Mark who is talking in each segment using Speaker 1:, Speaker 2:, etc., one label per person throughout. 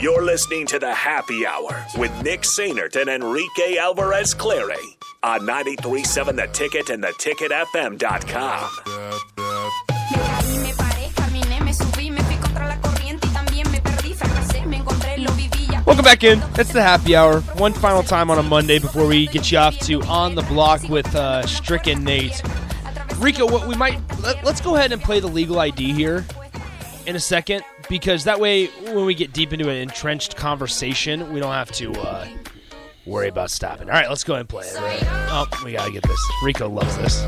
Speaker 1: You're listening to the Happy Hour with Nick Sainert and Enrique Alvarez Clary on 937 The Ticket and theticketfm.com.
Speaker 2: Me caí, me paré, caminé, me subí, me fui contra la corriente y también me perdí, fracasé, me encontré, lo viví ya.
Speaker 3: Welcome back in. That's the happy hour. One final time on a Monday before we get you off to On the Block with uh, Stricken Nate. Rico, what we might let, let's go ahead and play the legal ID here in a second because that way, when we get deep into an entrenched conversation, we don't have to uh, worry about stopping. All right, let's go ahead and play it. Oh, we gotta get this. Rico loves this.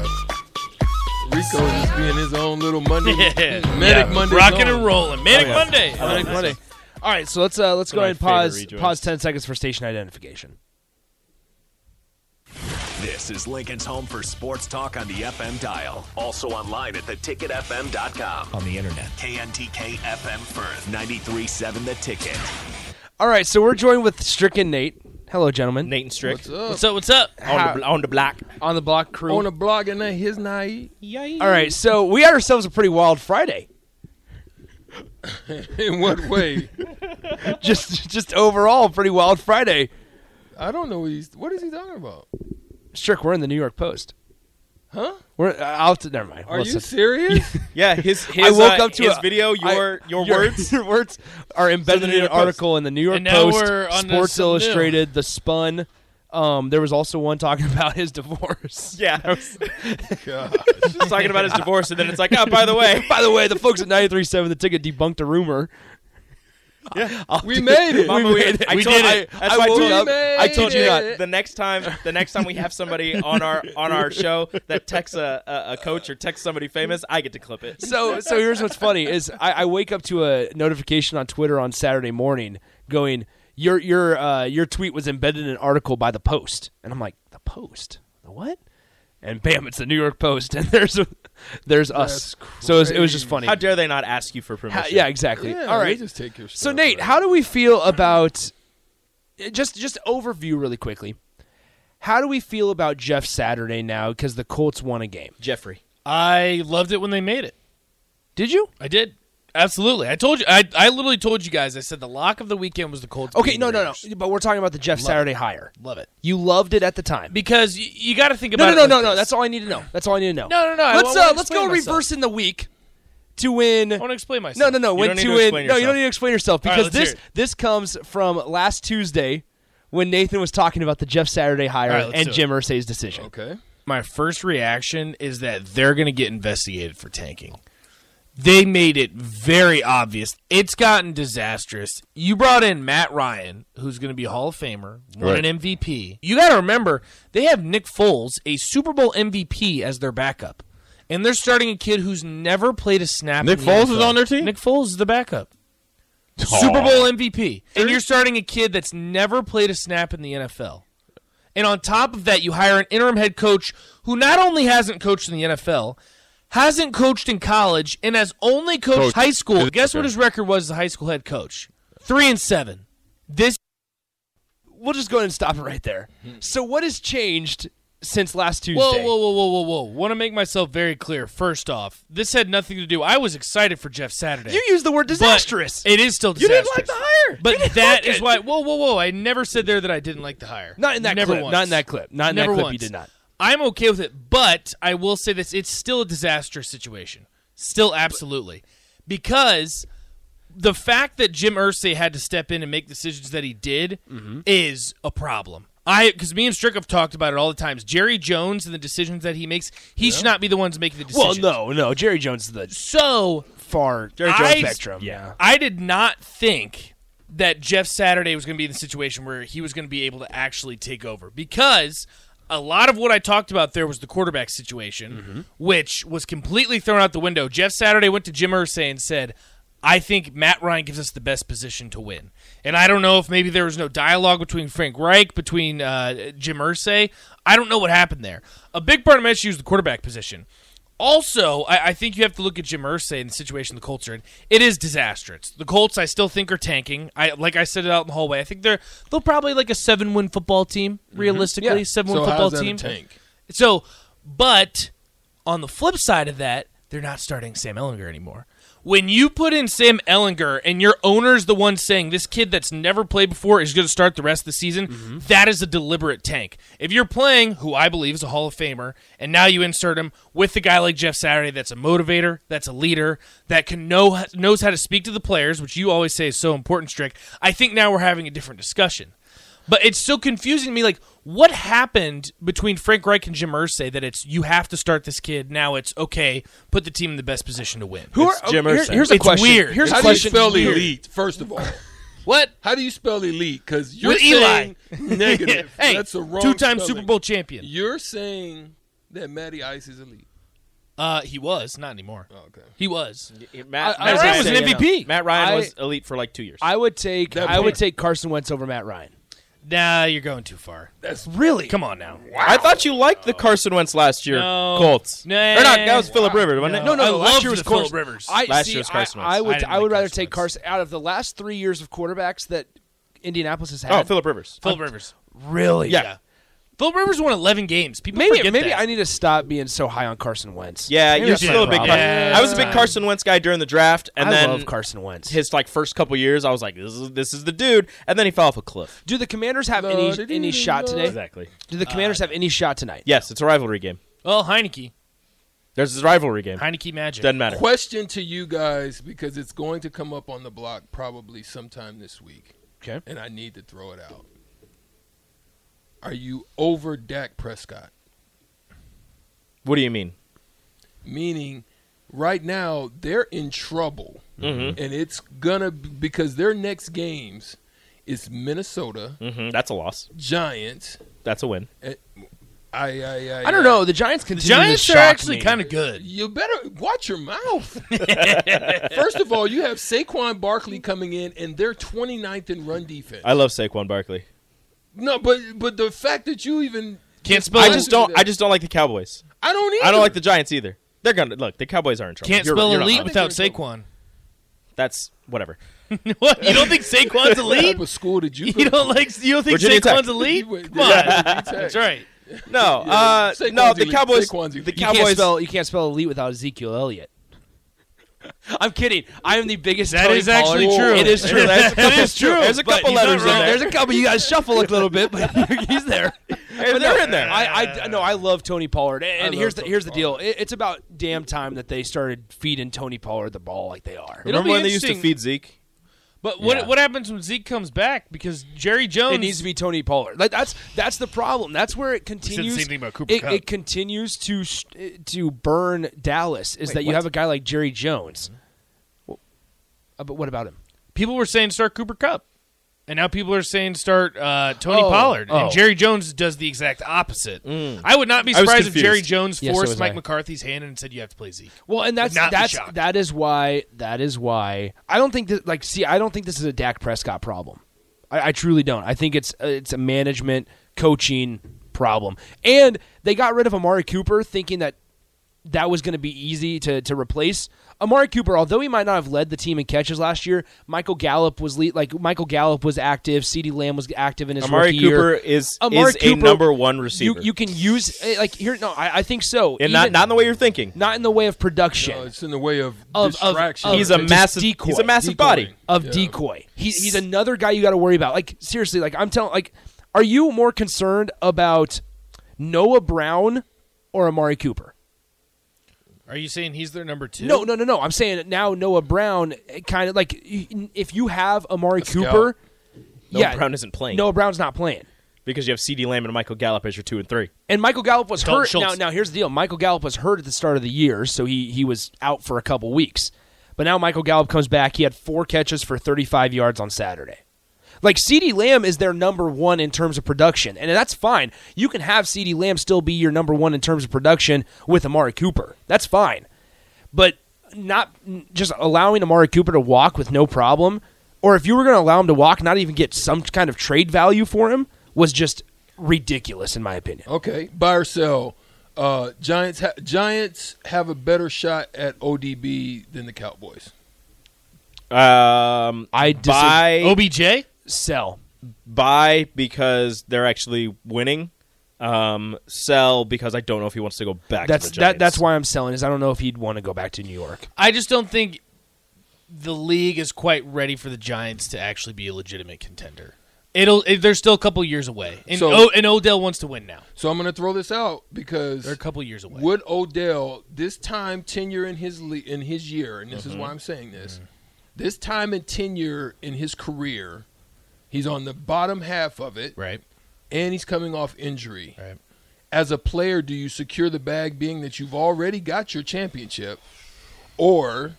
Speaker 4: Rico just being his own little Monday.
Speaker 3: Yeah.
Speaker 4: Manic
Speaker 3: Yeah.
Speaker 4: Monday.
Speaker 5: Rocking
Speaker 4: zone.
Speaker 5: and rolling. Manic
Speaker 3: Oh, yeah.
Speaker 5: Monday.
Speaker 3: I like Monday. All right, so let's uh, let's go
Speaker 5: my
Speaker 3: ahead and pause
Speaker 5: favorite rejoins.
Speaker 3: pause ten seconds for station identification.
Speaker 1: This is Lincoln's home for sports talk on the FM dial. Also online at theticketfm.com.
Speaker 6: on the internet.
Speaker 1: KNTK FM Firth, 937 The Ticket.
Speaker 3: All right, so we're joined with Stricken Nate. Hello, gentlemen.
Speaker 5: Nate and Strick. What's
Speaker 4: up?
Speaker 5: What's up? What's up?
Speaker 3: How-
Speaker 6: On the, on the block.
Speaker 3: on the block crew.
Speaker 4: On a blog and that his night.
Speaker 3: All right, so we had ourselves a pretty wild Friday.
Speaker 4: In what way?
Speaker 3: Just just overall, pretty wild Friday.
Speaker 4: I don't know. What, he's, what is he talking about?
Speaker 3: Strick, we're in the New York Post.
Speaker 4: Huh?
Speaker 3: We're uh, I'll to, never mind.
Speaker 4: Are
Speaker 3: Let's
Speaker 4: you
Speaker 3: just-
Speaker 4: serious?
Speaker 5: Yeah, his, his
Speaker 3: I woke
Speaker 5: uh,
Speaker 3: up to
Speaker 5: his
Speaker 3: a-
Speaker 5: video,
Speaker 3: I-
Speaker 5: your your
Speaker 3: your-
Speaker 5: words.
Speaker 3: your words are embedded
Speaker 5: New
Speaker 3: in an
Speaker 5: York Post.
Speaker 3: article in the New York
Speaker 5: And now
Speaker 3: Post,
Speaker 5: we're on to
Speaker 3: Sports
Speaker 5: something new.
Speaker 3: Illustrated, The Spun. Um, there was also one talking about his divorce.
Speaker 5: Yeah. I was
Speaker 4: God.
Speaker 5: just talking about his divorce, and then it's like, oh, by the way.
Speaker 3: By the way, the folks at 93.7 The Ticket debunked a rumor.
Speaker 5: Yeah.
Speaker 3: I'll
Speaker 4: We
Speaker 3: do-
Speaker 4: made it.
Speaker 5: Mama, we- I
Speaker 3: We
Speaker 5: told-
Speaker 3: did
Speaker 5: I-
Speaker 3: it.
Speaker 5: that's
Speaker 3: I
Speaker 5: why I
Speaker 3: woke
Speaker 5: told you-
Speaker 3: up. I
Speaker 4: We
Speaker 3: told you
Speaker 4: made
Speaker 3: not.
Speaker 4: it.
Speaker 5: The next time, the next time we have somebody on our on our show that texts a, a, a coach or texts somebody famous, I get to clip it.
Speaker 3: so so here's what's funny is I, I wake up to a notification on Twitter on Saturday morning going your your uh, your tweet was embedded in an article by the Post and I'm like the Post the what and bam it's the New York Post and there's there's us so it was, it was just funny
Speaker 5: How dare they not ask you for
Speaker 3: How-
Speaker 5: permission?
Speaker 3: yeah exactly
Speaker 4: Yeah,
Speaker 3: all
Speaker 4: they
Speaker 3: right
Speaker 4: Just take your stuff,
Speaker 3: so Nate
Speaker 4: man.
Speaker 3: how do we feel about eh, just just overview really quickly how do we feel about Jeff Saturday now because the Colts won a game
Speaker 5: Jeffrey.
Speaker 7: I loved it when they made it.
Speaker 3: did you
Speaker 7: I did. Absolutely. I told you I, I literally told you guys I said the lock of the weekend was the
Speaker 5: Oh.
Speaker 7: Colts.
Speaker 3: okay
Speaker 7: beating
Speaker 3: no
Speaker 7: the
Speaker 3: no no
Speaker 7: Raiders.
Speaker 3: but we're talking about the Jeff Saturday hire
Speaker 7: Love it.
Speaker 3: You loved it at the time.
Speaker 7: Because you, you got to think
Speaker 3: no,
Speaker 7: about
Speaker 3: no,
Speaker 7: it
Speaker 3: no,
Speaker 7: like
Speaker 3: no, no.
Speaker 7: this.
Speaker 3: That's all I need to know. That's all I need to know.
Speaker 7: No, no, no, I
Speaker 3: Let's
Speaker 7: wanna
Speaker 3: uh, let's go
Speaker 7: explain myself.
Speaker 3: reverse in the week to win.
Speaker 7: I want to explain myself.
Speaker 3: No, no, no. Win
Speaker 5: don't need
Speaker 3: to
Speaker 5: to
Speaker 3: win.
Speaker 5: explain
Speaker 3: No, you don't
Speaker 5: yourself.
Speaker 3: need to explain yourself
Speaker 7: right,
Speaker 3: because
Speaker 7: let's
Speaker 3: this
Speaker 7: hear
Speaker 3: this comes from last Tuesday when Nathan was talking about the Jeff Saturday hire
Speaker 7: All right, let's
Speaker 3: and
Speaker 7: do
Speaker 3: Jim Irsay's decision.
Speaker 4: Okay.
Speaker 7: my first reaction is that they're going to get investigated for tanking. They made it very obvious. It's gotten disastrous. You brought in Matt Ryan, who's going to be a Hall of Famer, won an MVP. You got to remember, they have Nick Foles, a Super Bowl MVP, as their backup. And they're starting a kid who's never played a snap.
Speaker 8: Nick
Speaker 7: in the
Speaker 8: Foles
Speaker 7: NFL.
Speaker 8: is on their team?
Speaker 7: Nick Foles is the backup. Super Bowl MVP. And you're starting a kid that's never played a snap in the NFL. And on top of that, you hire an interim head coach who not only hasn't coached in the NFL, hasn't coached in college, and has only
Speaker 8: Coach.
Speaker 7: coached high school.
Speaker 8: Okay.
Speaker 7: Guess what his record was as a high school head coach? Three and seven. This
Speaker 3: We'll just go ahead and stop it right there.
Speaker 7: Hmm.
Speaker 3: So what has changed since last Tuesday?
Speaker 7: Whoa, whoa, whoa, whoa, whoa, whoa. Want to make myself very clear. First off, this had nothing to do. I was excited for Jeff Saturday.
Speaker 3: You used the word
Speaker 7: but
Speaker 3: disastrous.
Speaker 7: It is still
Speaker 3: You
Speaker 7: disastrous.
Speaker 3: didn't like the hire. You
Speaker 7: But
Speaker 3: didn't
Speaker 7: that
Speaker 3: like
Speaker 7: is
Speaker 3: it.
Speaker 7: why. Whoa, whoa, whoa! I never said there that I didn't like the hire.
Speaker 3: Not in that
Speaker 7: never
Speaker 3: clip.
Speaker 7: Once.
Speaker 3: Not in that clip. Not in
Speaker 7: never
Speaker 3: that clip.
Speaker 7: Once.
Speaker 3: You did not.
Speaker 7: I'm okay with it, but I will say this: it's still a disastrous situation. Still, absolutely, because the fact that Jim Irsay had to step in and make decisions that he did
Speaker 3: Mm-hmm.
Speaker 7: is a problem. I because me and Strick have talked about it all the times. Jerry Jones and the decisions that he makes, he should not be the ones making the
Speaker 3: Well,
Speaker 7: decisions.
Speaker 3: no, no. Jerry Jones is the
Speaker 7: So
Speaker 3: far Jerry
Speaker 7: I-
Speaker 3: spectrum. Yeah.
Speaker 7: I did not think that Jeff Saturday was going to be in the situation where he was going to be able to actually take over because a lot of what I talked about there was the quarterback situation, which was completely thrown out the window. Jeff Saturday went to Jim Irsay and said, I think Matt Ryan gives us the best position to win. And I don't know if maybe there was no dialogue between Frank Reich, between uh, Jim Irsay. I don't know what happened there. A big part of my issue is the quarterback position. Also, I, I think you have to look at Jim Irsay and the situation the Colts are in. It is disastrous. The Colts, I still think, are tanking. I like I said it out in the hallway. I think they're they'll probably like a seven win football team realistically. Seven win
Speaker 4: So
Speaker 7: football
Speaker 4: how's that
Speaker 7: team.
Speaker 4: a tank?
Speaker 7: So, but on the flip side of that, they're not starting Sam Ellinger anymore, When you put in Sam Ellinger and your owner's the one saying this kid that's never played before is going to start the rest of the season, that is a deliberate tank. If you're playing who I believe is a Hall of Famer and now you insert him with a guy like Jeff Saturday that's a motivator, that's a leader, that can know knows how to speak to the players, which you always say is so important, Strick. I think now we're having a different discussion. But it's so confusing to me. Like, what happened between Frank Reich and Jim Irsay that it's you have to start this kid now? It's okay, put the team in the best position to win.
Speaker 3: Who
Speaker 5: It's
Speaker 3: are, oh,
Speaker 5: Jim
Speaker 3: here-
Speaker 5: Irsay.
Speaker 3: here's a
Speaker 7: It's
Speaker 3: question.
Speaker 7: weird.
Speaker 3: Here's
Speaker 4: How
Speaker 3: a
Speaker 4: do you
Speaker 3: question.
Speaker 4: spell elite? First of all,
Speaker 7: What?
Speaker 4: how do you spell elite? Because you're
Speaker 7: With Eli.
Speaker 4: saying negative.
Speaker 7: hey,
Speaker 4: that's a wrong.
Speaker 7: two-time
Speaker 4: spelling.
Speaker 7: Super Bowl champion.
Speaker 4: You're saying that Matty Ice is elite.
Speaker 7: Uh, he was not anymore.
Speaker 3: Oh,
Speaker 4: Okay.
Speaker 7: He was.
Speaker 5: Matt,
Speaker 3: I- I
Speaker 7: Matt Ryan was an
Speaker 3: say,
Speaker 7: MVP.
Speaker 5: Matt Ryan
Speaker 3: I-
Speaker 5: was elite for like two years.
Speaker 3: I would take
Speaker 4: That
Speaker 3: I would
Speaker 4: point.
Speaker 3: take Carson Wentz over Matt Ryan.
Speaker 7: Nah, you're going too far.
Speaker 4: That's
Speaker 3: Really?
Speaker 7: Come on now.
Speaker 5: I thought you liked the Carson Wentz last year.
Speaker 7: No.
Speaker 5: Colts.
Speaker 7: Nah.
Speaker 5: Or not, that was Philip Rivers, wasn't it?
Speaker 3: No, no,
Speaker 7: Uh, I
Speaker 3: no. last
Speaker 7: loved
Speaker 3: year was
Speaker 7: the Phillip
Speaker 3: Carson.
Speaker 7: Rivers.
Speaker 3: I,
Speaker 5: Last
Speaker 3: see,
Speaker 5: year was Carson
Speaker 3: I, I
Speaker 5: Wentz.
Speaker 7: I
Speaker 3: would.
Speaker 7: didn't
Speaker 3: I, would
Speaker 7: like
Speaker 3: rather
Speaker 7: Carson
Speaker 3: take
Speaker 7: Wentz.
Speaker 3: Carson out of the last three years of quarterbacks that Indianapolis has had.
Speaker 5: Oh, Philip Rivers.
Speaker 7: Philip Rivers.
Speaker 3: Really?
Speaker 5: Yeah.
Speaker 7: Philip Rivers won 11 games. People
Speaker 3: Maybe
Speaker 7: forget
Speaker 3: maybe
Speaker 7: that.
Speaker 3: I need to stop being so high on Carson Wentz.
Speaker 5: Yeah,
Speaker 3: Maybe
Speaker 5: you're
Speaker 3: that's my
Speaker 5: still a big.
Speaker 3: problem.
Speaker 5: Car-
Speaker 7: Yeah.
Speaker 5: I was a big Carson Wentz guy during the draft, and
Speaker 3: I
Speaker 5: then
Speaker 3: love Carson Wentz.
Speaker 5: his like first couple years, I was like, this is this is the dude, and then he fell off a cliff.
Speaker 3: Do the Commanders have any any shot today?
Speaker 5: Exactly.
Speaker 3: Do the Commanders have any shot tonight?
Speaker 5: Yes, it's a rivalry game.
Speaker 7: Well, Heineke.
Speaker 5: There's this rivalry game.
Speaker 7: Heineke magic.
Speaker 5: Doesn't matter.
Speaker 4: Question to you guys because it's going to come up on the block probably sometime this week.
Speaker 3: Okay.
Speaker 4: And I need to throw it out. Are you over Dak Prescott?
Speaker 5: What do you mean?
Speaker 4: Meaning, right now they're in trouble,
Speaker 5: Mhm.
Speaker 3: Mm-hmm.
Speaker 4: and it's gonna because their next games is Minnesota
Speaker 3: Mm-hmm.
Speaker 5: hmm That's a loss.
Speaker 4: Giants.
Speaker 5: That's a win.
Speaker 4: I I I,
Speaker 3: I don't know. The Giants
Speaker 7: The
Speaker 3: continue
Speaker 7: Giants
Speaker 3: to
Speaker 7: are
Speaker 3: shock
Speaker 7: actually
Speaker 3: me.
Speaker 7: kind of good.
Speaker 4: You better watch your mouth. First of all, you have Saquon Barkley coming in, and they're 29th in run defense.
Speaker 5: I love Saquon Barkley.
Speaker 4: No, but but the fact that you even
Speaker 7: Can't spell
Speaker 5: I
Speaker 7: it.
Speaker 5: just don't. I just don't like the Cowboys.
Speaker 4: I don't either.
Speaker 5: I don't like the Giants either. They're gonna look. The Cowboys are in trouble.
Speaker 7: Can't
Speaker 5: You're-
Speaker 7: spell
Speaker 5: you're not
Speaker 7: elite
Speaker 5: wrong.
Speaker 7: without
Speaker 4: You're in
Speaker 7: Saquon.
Speaker 5: That's whatever.
Speaker 7: what? You don't think Saquon's
Speaker 4: what
Speaker 7: elite?
Speaker 4: type of school did you? uh,
Speaker 7: You
Speaker 4: go
Speaker 7: don't like? You don't think
Speaker 5: Virginia Tech.
Speaker 7: Saquon's elite?
Speaker 4: Wait,
Speaker 7: Come on.
Speaker 4: to?
Speaker 7: That's right.
Speaker 5: No, uh,
Speaker 4: Saquon's
Speaker 5: no. The
Speaker 4: elite.
Speaker 5: Cowboys.
Speaker 4: Saquon's
Speaker 5: The
Speaker 4: elite.
Speaker 3: You can't
Speaker 5: Cowboys.
Speaker 3: spell you can't spell elite without Ezekiel Elliott. I'm kidding. I am the biggest.
Speaker 7: That
Speaker 3: Tony
Speaker 7: is actually
Speaker 3: Pollard.
Speaker 7: true.
Speaker 3: It is true.
Speaker 5: That's-
Speaker 7: It is true.
Speaker 5: There's a
Speaker 7: but
Speaker 5: couple
Speaker 7: he's not
Speaker 5: letters in
Speaker 7: wrong.
Speaker 5: there.
Speaker 3: There's a couple. You guys shuffle a little bit, but he's there.
Speaker 5: Hey, they're in there.
Speaker 3: I, I no, I love Tony Pollard, and, and
Speaker 4: love
Speaker 3: here's the
Speaker 4: Tony
Speaker 3: here's the deal. It, it's about damn time that they started feeding Tony Pollard the ball like they are.
Speaker 7: It'll
Speaker 5: Remember
Speaker 7: be
Speaker 5: when they used to
Speaker 7: interesting.
Speaker 5: feed Zeke?
Speaker 7: But what
Speaker 3: Yeah.
Speaker 7: what happens when Zeke comes back? Because Jerry Jones
Speaker 3: It needs to be Tony Pollard. Like that's that's the problem. That's where it continues.
Speaker 7: same thing about Cooper
Speaker 3: it,
Speaker 7: Kupp.
Speaker 3: it continues to sh- to burn Dallas. Is that you
Speaker 5: what?
Speaker 3: have a guy like Jerry Jones? Well, uh, but what about him?
Speaker 7: people were saying start Cooper Cup, and now people are saying start uh, Tony
Speaker 3: Oh,
Speaker 7: Pollard,
Speaker 3: oh.
Speaker 7: and Jerry Jones does the exact opposite. I would not be
Speaker 5: Mm. I was
Speaker 7: surprised if
Speaker 5: confused.
Speaker 7: Jerry Jones
Speaker 3: Yeah, so
Speaker 7: forced
Speaker 3: was
Speaker 7: Mike
Speaker 3: I.
Speaker 7: McCarthy's hand and said you have to play Zeke.
Speaker 3: Well, and that's
Speaker 7: not be
Speaker 3: that's
Speaker 7: shocked.
Speaker 3: that is why that is why I don't think that like see I don't think this is a Dak Prescott problem. I, I truly don't. I think it's uh, it's a management coaching problem, and they got rid of Amari Cooper thinking that that was going to be easy to to replace. Amari Cooper, although he might not have led the team in catches last year, Michael Gallup was lead, like Michael Gallup was active. Ceedee Lamb was active in his
Speaker 5: Amari
Speaker 3: rookie
Speaker 5: Cooper
Speaker 3: year.
Speaker 5: is
Speaker 3: Amari
Speaker 5: is a
Speaker 3: Cooper,
Speaker 5: number one
Speaker 3: You
Speaker 5: receiver.
Speaker 3: you can use eh, like here. No, I, I think so.
Speaker 5: and not
Speaker 3: Even-
Speaker 5: not in the way you're thinking.
Speaker 3: not in the way of production
Speaker 4: No, it's in the way of,
Speaker 3: of, of,
Speaker 4: distraction.
Speaker 3: of
Speaker 5: He's a
Speaker 3: just
Speaker 5: massive-
Speaker 3: decoy,
Speaker 5: he's a
Speaker 3: decoying.
Speaker 5: massive body.
Speaker 3: of
Speaker 4: Yeah.
Speaker 3: decoy. He's he's another guy you got to worry about. Like seriously, like I'm telling, like, are you more concerned about Noah Brown or Amari Cooper?
Speaker 7: Are you saying he's their number two?
Speaker 3: No, no, no, no. I'm saying that now Noah Brown kind of like y- if you have Amari
Speaker 4: scout.
Speaker 3: Cooper,
Speaker 5: Noah
Speaker 3: yeah,
Speaker 5: Brown isn't playing
Speaker 3: Noah Brown's not playing.
Speaker 5: because you have C.D. Lamb and Michael Gallup as your two and three.
Speaker 3: And Michael Gallup was
Speaker 7: Dalton
Speaker 3: hurt.
Speaker 7: Schultz.
Speaker 3: Now, now here's the deal: Michael Gallup was hurt at the start of the year, so he he was out for a couple weeks. But now Michael Gallup comes back. He had four catches for 35 yards on Saturday. Like Ceedee Lamb is their number one in terms of production, and that's fine. You can have Ceedee Lamb still be your number one in terms of production with Amari Cooper. That's fine, but not just allowing Amari Cooper to walk with no problem, or if you were going to allow him to walk, not even get some kind of trade value for him, was just ridiculous in my opinion.
Speaker 4: Okay, buy or sell. Uh, Giants ha- Giants have a better shot at ODB than the Cowboys.
Speaker 5: Um,
Speaker 3: I dis-
Speaker 5: buy
Speaker 7: Oh. OBJ.
Speaker 3: sell.
Speaker 5: buy because they're actually winning. Um, sell because I don't know if he wants to go back.
Speaker 3: That's
Speaker 5: to the
Speaker 3: that. That's
Speaker 5: Giants.
Speaker 3: why I'm selling. Is I don't know if he'd want to go back to New York.
Speaker 7: I just don't think the league is quite ready for the Giants to actually be a legitimate contender. It'll. It, they're still a couple years away, and oh,
Speaker 4: So-
Speaker 7: o, and Odell wants to win now.
Speaker 4: So I'm going to throw this out because
Speaker 7: They're a couple years away.
Speaker 4: would Odell this time tenure in his le- in his year, and this is
Speaker 5: Mm-hmm.
Speaker 4: why I'm saying this, this time and tenure in his career, he's on the bottom half of it,
Speaker 7: right.
Speaker 4: and he's coming off injury.
Speaker 7: Right.
Speaker 4: As a player, do you secure the bag, being that you've already got your championship, or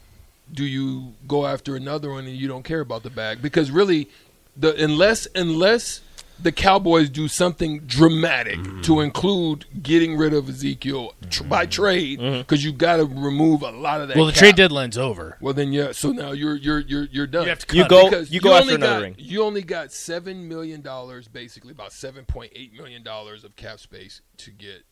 Speaker 4: do you go after another one and you don't care about the bag? Because really, the unless unless the Cowboys do something dramatic
Speaker 7: Mm-hmm.
Speaker 4: to include getting rid of Ezekiel tr- by trade, because you've got to remove a lot of that.
Speaker 7: Mm-hmm. Well, the
Speaker 4: cap.
Speaker 7: trade deadline's over.
Speaker 4: Well, then yeah. So now you're you're you're you're done.
Speaker 7: You have to cut
Speaker 5: You go.
Speaker 4: Because
Speaker 5: You go after
Speaker 4: only
Speaker 5: another
Speaker 4: got,
Speaker 5: ring.
Speaker 4: You only got seven million dollars, basically about seven point eight million dollars of cap space to get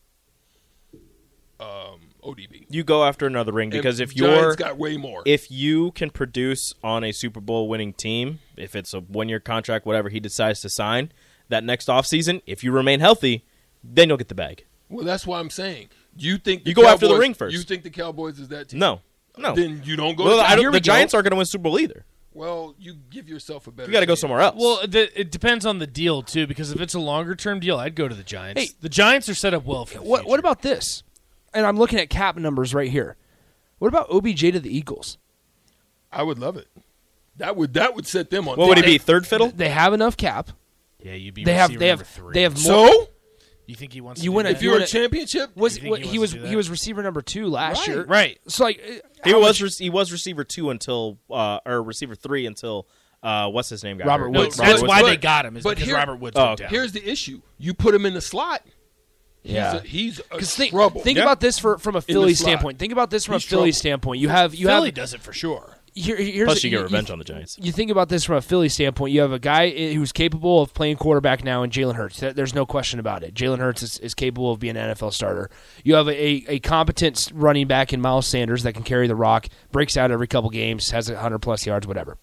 Speaker 4: um, ODB.
Speaker 5: You go after another ring because
Speaker 4: And
Speaker 5: if
Speaker 4: Giants
Speaker 5: you're
Speaker 4: got way more,
Speaker 5: if you can produce on a Super Bowl winning team, if it's a one year contract, whatever he decides to sign that next offseason, if you remain healthy, then you'll get the bag.
Speaker 4: well, that's why I'm saying you think the
Speaker 5: You go after the
Speaker 4: Cowboys-
Speaker 5: ring first.
Speaker 4: You think the Cowboys is that team?
Speaker 5: No, no.
Speaker 4: Then you don't go.
Speaker 5: Well,
Speaker 4: to
Speaker 5: I don't-
Speaker 4: Here
Speaker 5: the
Speaker 4: we go.
Speaker 5: Giants aren't going to win Super Bowl either.
Speaker 4: Well, you give yourself a better.
Speaker 5: You got to go
Speaker 4: chance.
Speaker 5: somewhere else.
Speaker 7: Well, the, it depends on the deal too, because if it's a longer term deal, I'd go to the Giants.
Speaker 3: Hey.
Speaker 7: the Giants are set up well for the
Speaker 3: What What
Speaker 7: future.
Speaker 3: about this? And I'm looking at cap numbers right here. What about OBJ to the Eagles?
Speaker 4: I would love it. That would that would set them on.
Speaker 5: what would he
Speaker 4: top.
Speaker 5: be? Third fiddle?
Speaker 3: They have enough cap.
Speaker 7: Yeah, you'd be.
Speaker 3: They have.
Speaker 7: receiver
Speaker 3: They have.
Speaker 7: number Three.
Speaker 3: They have more.
Speaker 4: So
Speaker 7: You think he wants?
Speaker 3: You
Speaker 7: to do
Speaker 3: win a-
Speaker 7: that?
Speaker 4: if you're
Speaker 3: wanna-
Speaker 4: a championship,
Speaker 3: was
Speaker 7: You think
Speaker 3: he,
Speaker 7: he
Speaker 3: was
Speaker 7: wants to do
Speaker 3: he
Speaker 7: that?
Speaker 3: was receiver number two last year?
Speaker 7: right?
Speaker 3: So like uh,
Speaker 5: He
Speaker 3: how
Speaker 5: was
Speaker 3: much-
Speaker 5: re- he was receiver two until uh, or receiver three until uh, what's his name? Got
Speaker 3: Robert
Speaker 5: hurt.
Speaker 7: No,
Speaker 3: Woods.
Speaker 5: Robert
Speaker 7: that's
Speaker 5: Woods.
Speaker 7: why
Speaker 4: But-
Speaker 7: they got him. Is
Speaker 4: but
Speaker 7: because
Speaker 4: here-
Speaker 7: Robert Woods
Speaker 5: Oh,
Speaker 7: went down.
Speaker 4: here's the issue: you put him in the slot. he's
Speaker 5: Yeah.
Speaker 4: a, he's a
Speaker 3: Because think,
Speaker 4: trouble.
Speaker 3: think
Speaker 5: Yeah.
Speaker 3: about this for, from a Philly
Speaker 4: slot.
Speaker 3: standpoint. Think about this from
Speaker 4: He's
Speaker 3: a Philly
Speaker 4: trouble.
Speaker 3: standpoint. You have you
Speaker 7: Philly
Speaker 3: have
Speaker 7: does it for sure.
Speaker 3: here, here's
Speaker 5: Plus, you
Speaker 3: you
Speaker 5: get revenge on the Giants.
Speaker 3: You think about this from a Philly standpoint. You have a guy i- who's capable of playing quarterback now in Jalen Hurts. There- There's no question about it. Jalen Hurts is, is capable of being an NFL starter. You have a, a competent s- running back in Miles Sanders that can carry the rock, breaks out every couple games, has 100 plus yards, whatever.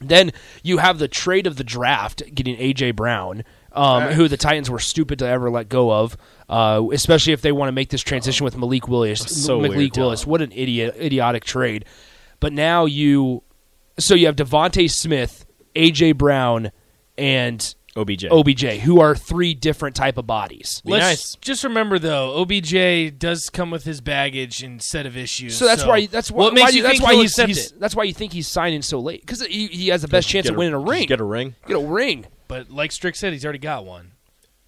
Speaker 3: Then you have the trade of the draft, getting AJ Brown, um, who the Titans were stupid to ever let go of, uh, especially if they want to make this transition with Malik Willis.
Speaker 5: So
Speaker 3: Malik
Speaker 5: weird,
Speaker 3: Willis, what an idiot, idiotic trade! But now you, so you have Devonte Smith, AJ Brown, and
Speaker 5: OBJ.
Speaker 3: OBJ, who are three different type of bodies.
Speaker 5: Be
Speaker 7: Let's
Speaker 5: nice.
Speaker 7: just remember though, OBJ does come with his baggage and set of issues.
Speaker 3: So that's why that's why,
Speaker 7: what makes
Speaker 3: why
Speaker 7: you
Speaker 3: that's
Speaker 7: think
Speaker 3: why
Speaker 7: he'll
Speaker 3: he's,
Speaker 7: accept
Speaker 3: he's-
Speaker 7: it.
Speaker 3: that's why you think he's signing so late because he, he has the best chance
Speaker 5: Get
Speaker 3: of winning a ring.
Speaker 5: Get a ring.
Speaker 3: Get a ring.
Speaker 7: But like Strick said, he's already got one.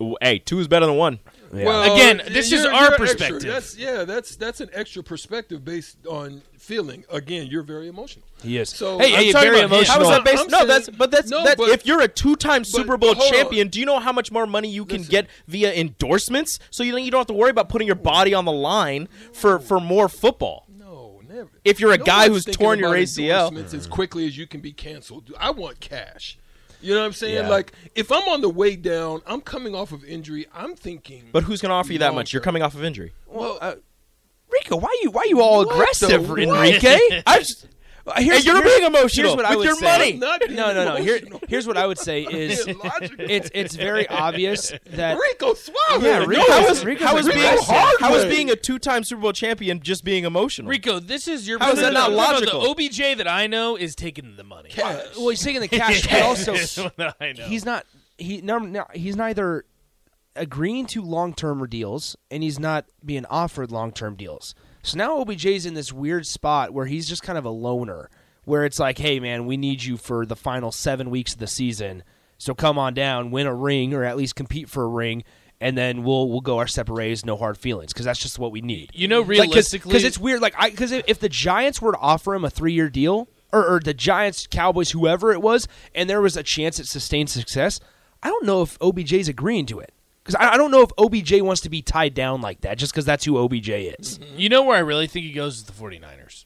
Speaker 5: Ooh, Hey, two is better than one.
Speaker 4: Well,
Speaker 7: Again, this is
Speaker 4: you're-
Speaker 7: our
Speaker 4: you're extra.
Speaker 7: perspective.
Speaker 4: That's yeah, that's that's an extra perspective based on feeling. Again, you're very emotional.
Speaker 3: He is.
Speaker 4: So
Speaker 3: Hey,
Speaker 7: I'm
Speaker 3: hey,
Speaker 7: talking
Speaker 3: very
Speaker 7: about him.
Speaker 3: emotional.
Speaker 5: How is that
Speaker 4: I'm-
Speaker 5: based?
Speaker 4: I'm
Speaker 5: no,
Speaker 4: saying-
Speaker 5: that's but that's
Speaker 4: No,
Speaker 5: that.
Speaker 4: but-
Speaker 5: if you're a two-time Super Bowl
Speaker 4: hold on.
Speaker 5: champion, do you know how much more money you can
Speaker 4: Listen.
Speaker 5: get via endorsements? So you don't- you don't have to worry about putting your body on the line for for more football.
Speaker 4: No, never.
Speaker 5: If you're a
Speaker 4: No
Speaker 5: guy
Speaker 4: one's
Speaker 5: who's
Speaker 4: thinking
Speaker 5: torn your
Speaker 4: about
Speaker 5: ACL.
Speaker 4: endorsements as quickly as you can be canceled. I want cash. You know what I'm saying?
Speaker 5: Yeah.
Speaker 4: Like if I'm on the way down, I'm coming off of injury. I'm thinking.
Speaker 5: But who's going to offer you that
Speaker 4: Long
Speaker 5: much? You're
Speaker 4: term.
Speaker 5: coming off of injury.
Speaker 4: well,
Speaker 3: Rico, why you why you all
Speaker 4: the
Speaker 3: aggressive,
Speaker 4: what?
Speaker 3: Enrique?
Speaker 5: I just,
Speaker 3: Here's-
Speaker 5: you're
Speaker 3: here's-
Speaker 5: being emotional
Speaker 3: Here's what I
Speaker 5: with
Speaker 3: would
Speaker 5: your
Speaker 3: say.
Speaker 5: money.
Speaker 4: I'm not being
Speaker 3: No, no, no. Here,
Speaker 4: emotional.
Speaker 3: here's what I would say is
Speaker 4: illogical.
Speaker 3: it's it's very obvious that
Speaker 4: Rico Suave.
Speaker 3: Yeah, Rico-
Speaker 5: How
Speaker 3: Rico's
Speaker 5: is,
Speaker 3: like,
Speaker 5: how is
Speaker 3: Rico's
Speaker 5: being
Speaker 3: hard
Speaker 5: how is
Speaker 4: way.
Speaker 5: being a two-time Super Bowl champion just being emotional?
Speaker 7: Rico, this is your.
Speaker 5: How is that not
Speaker 7: No, no, no,
Speaker 5: logical?
Speaker 7: The OBJ that I know is taking the money.
Speaker 4: Cash.
Speaker 3: well, he's taking the cash, but also
Speaker 7: This one that I know.
Speaker 3: he's not he no, no he's neither agreeing to long term deals and he's not being offered long term deals. So now OBJ's in this weird spot where he's just kind of a loner, where it's like, hey man, we need you for the final seven weeks of the season. So come on down, win a ring, or at least compete for a ring, and then we'll we'll go our separate ways, no hard feelings, because that's just what we need.
Speaker 7: You know, realistically,
Speaker 3: because it's weird. Like, I because if, if the Giants were to offer him a three-year deal, or, or the Giants, Cowboys, whoever it was, and there was a chance at sustained success, I don't know if OBJ's agreeing to it. Because I, I don't know if OBJ wants to be tied down like that, just because that's who OBJ is.
Speaker 7: you know where I really think he goes is the 49ers.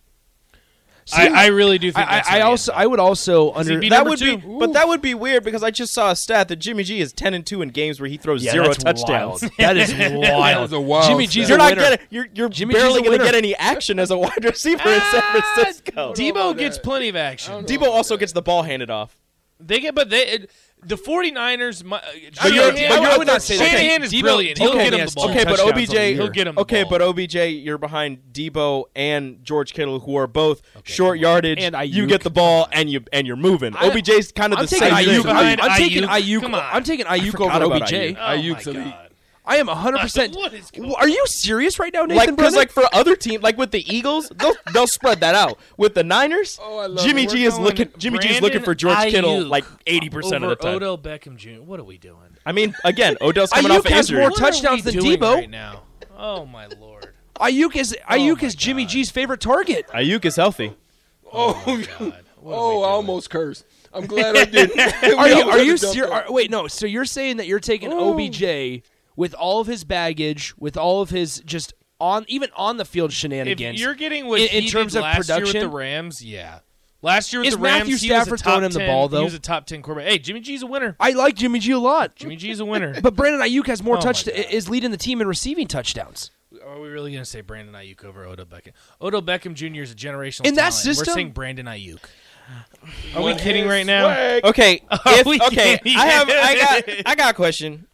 Speaker 3: See,
Speaker 7: I, I really do think.
Speaker 3: I,
Speaker 7: that's
Speaker 3: I
Speaker 7: where he
Speaker 3: also
Speaker 7: ends up.
Speaker 3: I would also under
Speaker 7: be
Speaker 5: That
Speaker 7: number
Speaker 5: would
Speaker 7: two.
Speaker 5: be, but that would be weird because I just saw a stat that Jimmy G is ten and two in games where he throws
Speaker 3: Yeah,
Speaker 5: zero
Speaker 3: that's
Speaker 5: touchdowns.
Speaker 3: wild. That is wild.
Speaker 4: is a wild
Speaker 3: Jimmy
Speaker 4: stat.
Speaker 3: G's
Speaker 5: You're
Speaker 3: a
Speaker 5: not
Speaker 3: winner.
Speaker 5: getting. You're, you're
Speaker 3: Jimmy G's
Speaker 5: barely
Speaker 3: a
Speaker 5: going to
Speaker 3: winner.
Speaker 5: get any action as a wide receiver in San Francisco.
Speaker 4: know about
Speaker 7: Debo gets
Speaker 4: that.
Speaker 7: plenty of action.
Speaker 5: Debo also gets the ball handed off.
Speaker 7: They get, but they it, the 49ers. My,
Speaker 5: But you're-
Speaker 7: Shanahan,
Speaker 5: but I would not say that.
Speaker 7: Shanahan is
Speaker 3: Debo-
Speaker 7: brilliant. He'll
Speaker 3: okay,
Speaker 7: get
Speaker 3: he
Speaker 7: him the
Speaker 3: has
Speaker 7: ball.
Speaker 3: two
Speaker 5: Okay, but
Speaker 3: touchdowns
Speaker 5: OBJ,
Speaker 3: on the year.
Speaker 7: He'll get him the
Speaker 5: okay,
Speaker 7: ball.
Speaker 5: but OBJ, you're behind Debo and George Kittle, who are both short yardage.
Speaker 3: And Ayuk.
Speaker 5: you get the ball and you and you're moving. OBJ's kind of
Speaker 3: I'm
Speaker 5: the
Speaker 3: taking
Speaker 5: same.
Speaker 7: Ayuk
Speaker 5: thing.
Speaker 7: behind-
Speaker 3: I'm taking
Speaker 7: Ayuk.
Speaker 3: Ayuk.
Speaker 7: Come on.
Speaker 3: I'm taking Ayuk
Speaker 5: forgot
Speaker 3: over
Speaker 5: about
Speaker 3: OBJ.
Speaker 5: Ayuk.
Speaker 7: Oh my
Speaker 4: Ayuk's elite.
Speaker 7: God.
Speaker 3: I am 100. percent
Speaker 7: What is going
Speaker 3: Are you serious right now, Nathan?
Speaker 5: Like, because
Speaker 3: Brennan?
Speaker 5: like for other teams, like with the Eagles, they'll they'll spread that out. With the Niners,
Speaker 4: Oh, I love
Speaker 5: Jimmy
Speaker 4: it.
Speaker 5: G
Speaker 4: We're
Speaker 5: is
Speaker 4: going
Speaker 5: looking. Jimmy G is looking for George
Speaker 7: Brandon
Speaker 5: Kittle
Speaker 7: Ayuk
Speaker 5: like eighty percent of
Speaker 7: over
Speaker 5: the time.
Speaker 7: Odell Beckham Jr. What are we doing?
Speaker 5: I mean, again, Odell's coming
Speaker 3: Ayuk
Speaker 5: off an
Speaker 3: has
Speaker 5: injury.
Speaker 3: more
Speaker 7: What
Speaker 3: touchdowns
Speaker 7: are we
Speaker 3: than
Speaker 7: doing
Speaker 3: Debo.
Speaker 7: right now. Oh my lord.
Speaker 3: Ayuk is Ayuk
Speaker 7: my
Speaker 3: is Jimmy G's favorite target.
Speaker 5: Ayuk is healthy.
Speaker 7: God. What are
Speaker 4: Oh,
Speaker 7: we
Speaker 4: I
Speaker 7: doing?
Speaker 4: almost cursed. I'm glad I did.
Speaker 3: Are you are you ser- are, wait no? So you're saying that you're taking OBJ with all of his baggage, with all of his just on even on the field
Speaker 7: If
Speaker 3: shenanigans.
Speaker 7: you're getting what
Speaker 3: in-
Speaker 7: he
Speaker 3: in terms
Speaker 7: did
Speaker 3: of
Speaker 7: last year
Speaker 3: production-
Speaker 7: with the Rams, yeah. Last year with
Speaker 3: Is
Speaker 7: the Rams,
Speaker 3: Matthew
Speaker 7: he was a
Speaker 3: Stafford
Speaker 7: top
Speaker 3: throwing him the
Speaker 7: 10
Speaker 3: ball,
Speaker 7: He
Speaker 3: though?
Speaker 7: was a top ten quarterback. Hey, Jimmy G's a winner.
Speaker 3: I like Jimmy G a lot,
Speaker 7: Jimmy G's a winner.
Speaker 3: but Brandon Ayuk has more
Speaker 7: Oh my
Speaker 3: touch
Speaker 7: God.
Speaker 3: is leading the team in receiving touchdowns.
Speaker 7: Are we really going to say Brandon Ayuk over Odell Beckham? Odell Beckham Jr. is a generational
Speaker 3: In that
Speaker 7: talent. We're
Speaker 3: system-
Speaker 7: saying Brandon Ayuk. Are we kidding right now?
Speaker 5: Okay,
Speaker 7: Oh,
Speaker 5: if,
Speaker 7: we
Speaker 5: okay.
Speaker 7: kidding?
Speaker 5: I have. I got. I got a question.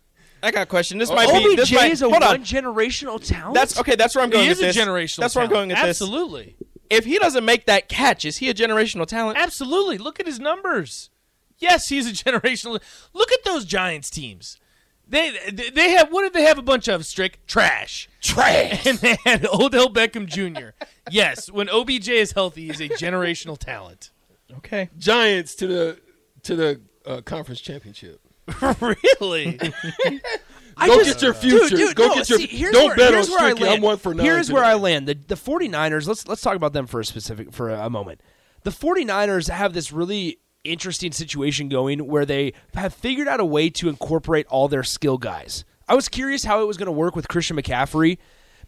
Speaker 5: I got a question. This might be. This
Speaker 3: OBJ
Speaker 5: might,
Speaker 3: is a
Speaker 5: hold
Speaker 3: one
Speaker 5: on.
Speaker 3: generational talent.
Speaker 5: That's okay. That's where I'm going
Speaker 7: He
Speaker 5: with
Speaker 7: is a
Speaker 5: this.
Speaker 7: generational.
Speaker 5: That's where I'm going
Speaker 7: talent.
Speaker 5: with this.
Speaker 7: Absolutely,
Speaker 5: If he doesn't make that catch, is he a generational talent?
Speaker 7: absolutely. Look at his numbers. Yes, he's a generational. Look at those Giants teams. They they- they have what did they have a bunch of Strick trash trash, and they had Odell Beckham Jr. yes, when OBJ is healthy, he's a generational talent.
Speaker 5: Okay.
Speaker 4: Giants to the to the uh, conference championship.
Speaker 7: really?
Speaker 3: I
Speaker 4: Go
Speaker 3: just-
Speaker 4: get your
Speaker 3: Dude,
Speaker 4: futures.
Speaker 3: dude,
Speaker 4: Go
Speaker 3: no,
Speaker 4: get your.
Speaker 3: see, here's
Speaker 4: don't
Speaker 3: where,
Speaker 4: bet
Speaker 3: here's
Speaker 4: on
Speaker 3: where I
Speaker 4: Strickland.
Speaker 3: land.
Speaker 4: I'm one for nine.
Speaker 3: Here's
Speaker 4: today.
Speaker 3: where I land. The, the 49ers, let's let's talk about them for a specific for a moment. The 49ers have this really interesting situation going where they have figured out a way to incorporate all their skill guys. I was curious how it was going to work with Christian McCaffrey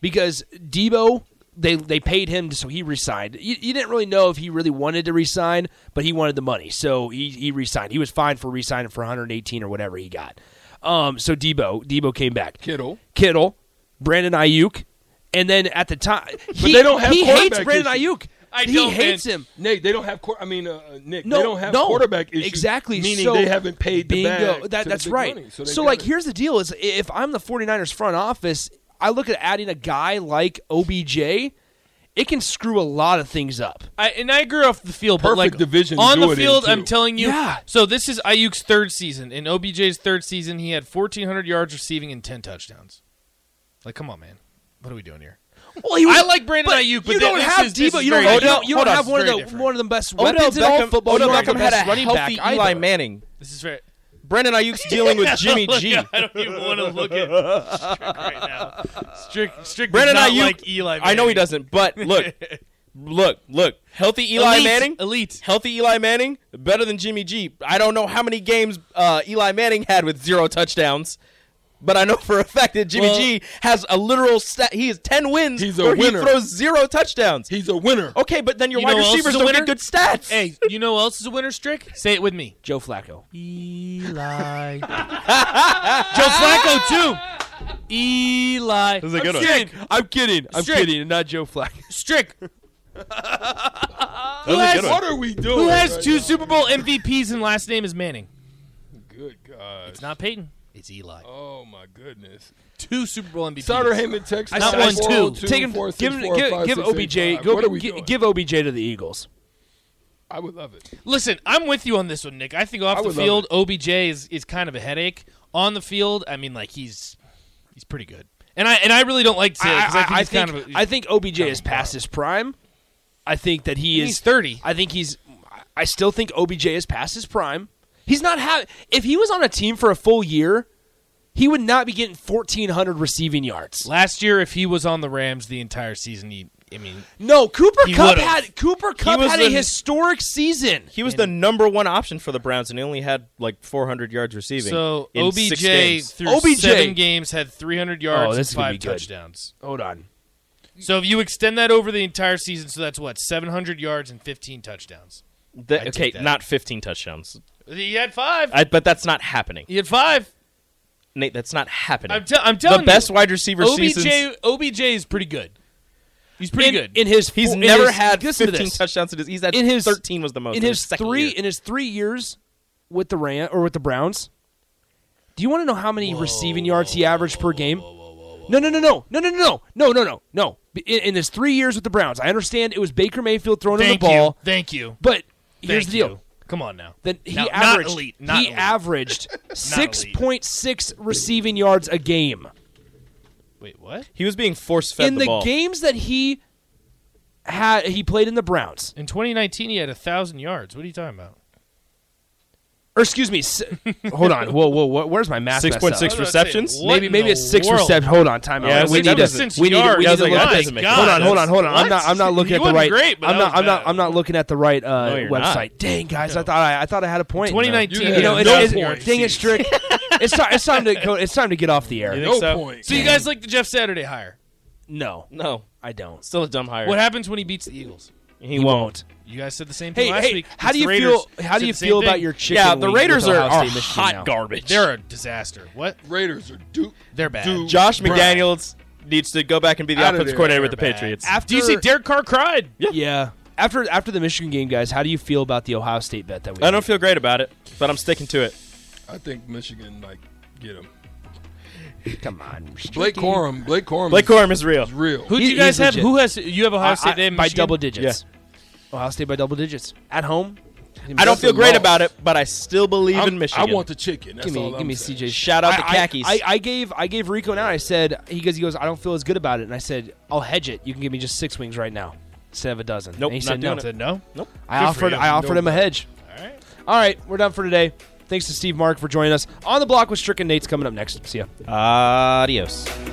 Speaker 3: because Debo they they paid him so he resigned. You, you didn't really know if he really wanted to resign, but he wanted the money, so he he resigned. He was fine for resigning for 118 or whatever he got. Um, so Debo Debo came back.
Speaker 4: Kittle.
Speaker 3: Kittle, Brandon Ayuk, and then at the time, he,
Speaker 4: they don't have
Speaker 3: he hates
Speaker 4: quarterback
Speaker 3: Brandon
Speaker 4: issues.
Speaker 3: Ayuk.
Speaker 7: I
Speaker 3: he
Speaker 7: don't,
Speaker 3: hates
Speaker 7: man.
Speaker 3: him.
Speaker 4: Nate, they don't have. Quar- I mean, uh, uh, Nick,
Speaker 3: No,
Speaker 4: they don't have
Speaker 3: no,
Speaker 4: quarterback issues.
Speaker 3: Exactly,
Speaker 4: meaning
Speaker 3: so,
Speaker 4: they haven't paid the
Speaker 3: bingo.
Speaker 4: bag
Speaker 3: That,
Speaker 4: to
Speaker 3: that's
Speaker 4: the big
Speaker 3: right.
Speaker 4: money, so,
Speaker 3: so,
Speaker 4: they
Speaker 3: like,
Speaker 4: got it.
Speaker 3: here's the deal: is if I'm the 49ers front office, I look at adding a guy like OBJ, it can screw a lot of things up.
Speaker 7: I, and I grew off the field, but
Speaker 4: Perfect
Speaker 7: like
Speaker 4: division to
Speaker 7: on
Speaker 4: do
Speaker 7: the
Speaker 4: it in,
Speaker 7: field,
Speaker 4: too.
Speaker 7: I'm telling you.
Speaker 3: Yeah.
Speaker 7: So this is Ayuk's third season. In OBJ's third season, he had 1,400 yards receiving and 10 touchdowns. Like, come on, man. What are we doing here?
Speaker 3: Well, he was-
Speaker 7: I like Brandon
Speaker 3: but
Speaker 7: Ayuk, but
Speaker 3: you
Speaker 7: that-
Speaker 3: don't
Speaker 7: this
Speaker 3: have
Speaker 7: is- this
Speaker 3: Debo.
Speaker 7: is
Speaker 3: You don't,
Speaker 7: very
Speaker 3: you
Speaker 5: different.
Speaker 3: don't, you don't
Speaker 5: Hold on,
Speaker 3: have
Speaker 7: it's
Speaker 3: one of
Speaker 7: very
Speaker 3: the
Speaker 7: different.
Speaker 3: one of the best
Speaker 5: Odell
Speaker 3: weapons in all
Speaker 5: Beckham,
Speaker 3: of football.
Speaker 5: Odell
Speaker 3: You don't have
Speaker 5: Beckham
Speaker 3: the
Speaker 5: had a
Speaker 3: best running
Speaker 5: healthy
Speaker 3: back
Speaker 5: Eli
Speaker 3: either.
Speaker 5: Manning.
Speaker 7: This is very.
Speaker 5: Brandon Ayuk's dealing with Jimmy G.
Speaker 7: I don't even want to look at Strick right now. Strick, Strick
Speaker 5: Brandon
Speaker 7: does not
Speaker 5: Ayuk.
Speaker 7: like Eli. Manning.
Speaker 5: I know he doesn't, but look, look, look. Healthy Eli
Speaker 7: Elite,
Speaker 5: Manning.
Speaker 7: elite.
Speaker 5: Healthy Eli Manning, better than Jimmy G. I don't know how many games uh, Eli Manning had with zero touchdowns, but I know for a fact that Jimmy
Speaker 7: Well-
Speaker 5: G has a literal stat. He has ten wins
Speaker 4: He's a
Speaker 5: where
Speaker 4: winner.
Speaker 5: he throws zero touchdowns.
Speaker 4: he's a
Speaker 3: Oh,
Speaker 4: winner.
Speaker 5: okay, but then your
Speaker 7: You know
Speaker 5: wide
Speaker 7: who else
Speaker 5: receivers
Speaker 7: is a
Speaker 5: don't get
Speaker 7: winner?
Speaker 5: good stats.
Speaker 7: Hey, you know who else is a winner, Strick? Say it with me.
Speaker 3: Joe Flacco.
Speaker 7: Eli. Joe Flacco too. Eli. This
Speaker 5: is a good one.
Speaker 7: Strick.
Speaker 3: I'm kidding. I'm
Speaker 7: Strick.
Speaker 3: kidding, and not Joe Flacco.
Speaker 7: Strick.
Speaker 5: That was a good one.
Speaker 4: What are we doing?
Speaker 7: Who has
Speaker 4: right
Speaker 7: two
Speaker 4: now?
Speaker 7: Super Bowl MVPs and last name is Manning?
Speaker 4: Good God.
Speaker 7: It's not Peyton. It's Eli.
Speaker 4: Oh my goodness.
Speaker 7: Two Super Bowl MVPs.
Speaker 4: Sauter Heyman text.
Speaker 7: Not
Speaker 4: line
Speaker 7: one, two.
Speaker 4: 402-464-5645.
Speaker 3: Take him. Give him. Give, give OBJ. Go,
Speaker 4: What are we
Speaker 3: gi-
Speaker 4: doing?
Speaker 3: give OBJ to the Eagles.
Speaker 4: I would love it.
Speaker 7: Listen, I'm with you on this one, Nick. I think off
Speaker 4: I
Speaker 7: the
Speaker 4: would love
Speaker 7: field, OBJ is, is kind of a headache. On the field, I mean, like he's he's pretty good. And I and I really don't like to say that 'cause
Speaker 3: I, I, I
Speaker 7: he's
Speaker 3: think
Speaker 7: kind of a-
Speaker 3: I think OBJ
Speaker 7: kind of
Speaker 3: is
Speaker 7: a
Speaker 3: past his prime. I think that he
Speaker 7: And
Speaker 3: is
Speaker 7: he's 30.
Speaker 3: I think he's. I still think OBJ is past his prime. He's not have. If he was on a team for a full year, he would not be getting fourteen hundred receiving yards.
Speaker 7: last year if he was on the Rams the entire season, he I mean,
Speaker 3: No, Cooper
Speaker 7: He
Speaker 3: Cup
Speaker 7: would've.
Speaker 3: had Cooper Cup
Speaker 5: was
Speaker 3: had
Speaker 5: the-
Speaker 3: a historic season.
Speaker 5: He was the number one option for the Browns, and he only had like 400 yards receiving.
Speaker 7: So
Speaker 5: in six
Speaker 7: OBJ
Speaker 5: games.
Speaker 7: through
Speaker 3: OBJ.
Speaker 7: seven games had 300 yards
Speaker 3: Oh, this
Speaker 7: and
Speaker 3: is gonna
Speaker 7: five
Speaker 3: be good.
Speaker 7: touchdowns.
Speaker 3: Hold on.
Speaker 7: So if you extend that over the entire season, so that's what 700 yards and 15 touchdowns.
Speaker 5: The-
Speaker 7: I take
Speaker 5: okay,
Speaker 7: that.
Speaker 5: not 15 touchdowns,
Speaker 7: He had five.
Speaker 5: I, but that's not happening.
Speaker 7: he had five.
Speaker 5: Nate, that's not happening.
Speaker 7: I'm, te- I'm telling
Speaker 5: the best
Speaker 7: you,
Speaker 5: wide receiver seasons.
Speaker 7: OBJ OBJ is pretty good. He's pretty
Speaker 3: in,
Speaker 7: good.
Speaker 3: in his.
Speaker 5: He's
Speaker 3: four- in
Speaker 5: never
Speaker 3: his-
Speaker 5: had
Speaker 3: listen to
Speaker 5: 15
Speaker 3: this.
Speaker 5: touchdowns. in his- He's had
Speaker 3: In his-
Speaker 5: 13 was the most
Speaker 3: in his
Speaker 5: second
Speaker 3: three
Speaker 5: year.
Speaker 3: in his three years with the Ram or with the Browns. Do you want to know how many receiving yards he averaged per game? No, no, no, no, no, no, no, no, no, no, no. In, in his three years with the Browns, I understand it was Baker Mayfield throwing him the
Speaker 7: Thank
Speaker 3: ball,
Speaker 7: you. Thank you.
Speaker 3: but here's
Speaker 7: Thank
Speaker 3: the deal:
Speaker 7: you. Come on now.
Speaker 3: then he
Speaker 7: No, not
Speaker 3: averaged
Speaker 7: elite, not
Speaker 3: he
Speaker 7: elite.
Speaker 3: averaged
Speaker 7: elite.
Speaker 3: 6.6 receiving yards a game.
Speaker 7: Wait, what?
Speaker 5: He was being force fed
Speaker 3: in
Speaker 5: the,
Speaker 3: the,
Speaker 5: ball.
Speaker 3: games that he had he played in the Browns.
Speaker 7: In 2019, he had a thousand yards. What are you talking about?
Speaker 3: Or excuse me, s- hold on. Whoa, whoa, whoa, where's my math? messed
Speaker 5: Six
Speaker 3: up?
Speaker 5: point six
Speaker 7: I was about to say,
Speaker 5: receptions.
Speaker 7: what
Speaker 3: Maybe
Speaker 7: in
Speaker 3: maybe
Speaker 7: the
Speaker 3: it's six
Speaker 7: world?
Speaker 3: receptions. Hold on, time out.
Speaker 5: Yeah,
Speaker 3: we
Speaker 5: that
Speaker 3: need to
Speaker 5: doesn't-
Speaker 7: since
Speaker 3: we need to,
Speaker 7: yards,
Speaker 3: we need
Speaker 5: that
Speaker 3: to
Speaker 5: doesn't-
Speaker 3: look
Speaker 5: that
Speaker 3: at
Speaker 5: doesn't make
Speaker 7: God,
Speaker 3: Hold on, hold on, hold on. I'm
Speaker 7: what?
Speaker 3: not I'm not looking
Speaker 7: You
Speaker 3: at the
Speaker 7: wasn't
Speaker 3: right.
Speaker 7: great, but
Speaker 3: I'm
Speaker 7: that
Speaker 3: not
Speaker 7: was
Speaker 3: I'm not
Speaker 7: bad.
Speaker 3: I'm not looking at the right uh,
Speaker 5: you're
Speaker 3: website.
Speaker 5: not.
Speaker 3: Dang guys, I thought I, I thought I had a point.
Speaker 7: 2019,
Speaker 4: You
Speaker 3: You know,
Speaker 4: Yeah,
Speaker 3: it's,
Speaker 4: no
Speaker 3: it's,
Speaker 4: points.
Speaker 3: dang it, Strick. it's time it's time to go. It's time to get off the
Speaker 5: You
Speaker 3: air.
Speaker 5: think
Speaker 4: No
Speaker 5: so?
Speaker 4: point.
Speaker 7: So you guys like the Jeff Saturday hire?
Speaker 3: No,
Speaker 5: No,
Speaker 3: I don't.
Speaker 5: still a dumb hire.
Speaker 7: What happens when he beats the Eagles?
Speaker 5: he, won't.
Speaker 7: You guys said the same thing
Speaker 3: Hey,
Speaker 7: last
Speaker 3: hey,
Speaker 7: week.
Speaker 3: how
Speaker 7: It's
Speaker 3: do you
Speaker 7: the Raiders.
Speaker 3: feel? How do
Speaker 7: Said
Speaker 3: you
Speaker 7: the same
Speaker 3: feel about
Speaker 7: thing.
Speaker 3: your chicken?
Speaker 5: Yeah, the
Speaker 3: wing with
Speaker 5: Raiders are,
Speaker 3: Ohio
Speaker 5: are
Speaker 3: State, Michigan
Speaker 5: hot
Speaker 3: now.
Speaker 5: garbage.
Speaker 7: They're a disaster. What?
Speaker 4: Raiders are Duke.
Speaker 7: They're bad.
Speaker 4: Dude.
Speaker 5: Josh
Speaker 4: Brown.
Speaker 5: McDaniels needs to go back and be the
Speaker 4: Outta
Speaker 5: offensive
Speaker 4: there.
Speaker 5: coordinator with the
Speaker 7: They're bad.
Speaker 5: Patriots.
Speaker 3: After
Speaker 7: Do you see Derek Carr cried?
Speaker 3: Yeah. After after the Michigan game, guys, how do you feel about the Ohio State bet that we?
Speaker 5: I
Speaker 3: made?
Speaker 5: don't feel great about it, but I'm sticking to it.
Speaker 4: I think Michigan like get him.
Speaker 3: Come on,
Speaker 4: Blake Corum. Blake Corum.
Speaker 5: Blake
Speaker 4: is-
Speaker 5: Corum is real.
Speaker 4: is real.
Speaker 7: Who do
Speaker 3: He-
Speaker 7: you guys
Speaker 3: he's
Speaker 7: have?
Speaker 3: legit.
Speaker 7: Who has? You have Ohio
Speaker 3: I,
Speaker 7: State.
Speaker 3: I-
Speaker 7: they have
Speaker 3: by
Speaker 7: Michigan?
Speaker 3: double digits. Ohio State by double digits at home.
Speaker 5: I don't
Speaker 4: That's
Speaker 5: feel
Speaker 4: a
Speaker 5: great
Speaker 4: loss.
Speaker 5: about it, but I still believe in
Speaker 4: I'm-
Speaker 5: Michigan.
Speaker 4: I want the chicken. That's
Speaker 3: give me,
Speaker 4: all
Speaker 3: give
Speaker 4: I'm
Speaker 3: me
Speaker 4: saying.
Speaker 3: CJ.
Speaker 5: Shout out the
Speaker 3: I- I-
Speaker 5: khakis.
Speaker 3: I, I gave I gave Rico and I. I said he goes. He goes. I don't feel as good about it. And I said I'll hedge it. You can give me just six wings right now instead of a dozen.
Speaker 5: Nope,
Speaker 3: And he
Speaker 5: not
Speaker 3: said
Speaker 5: doing
Speaker 3: no.
Speaker 5: it.
Speaker 7: Said no.
Speaker 5: nope.
Speaker 3: I
Speaker 7: Good for
Speaker 3: offered
Speaker 7: you.
Speaker 3: I offered him a hedge.
Speaker 7: All right.
Speaker 3: All right, we're done for today. Thanks to Steve Mark for joining us on the block with Strick and Nate's coming up next. See ya.
Speaker 5: Adios.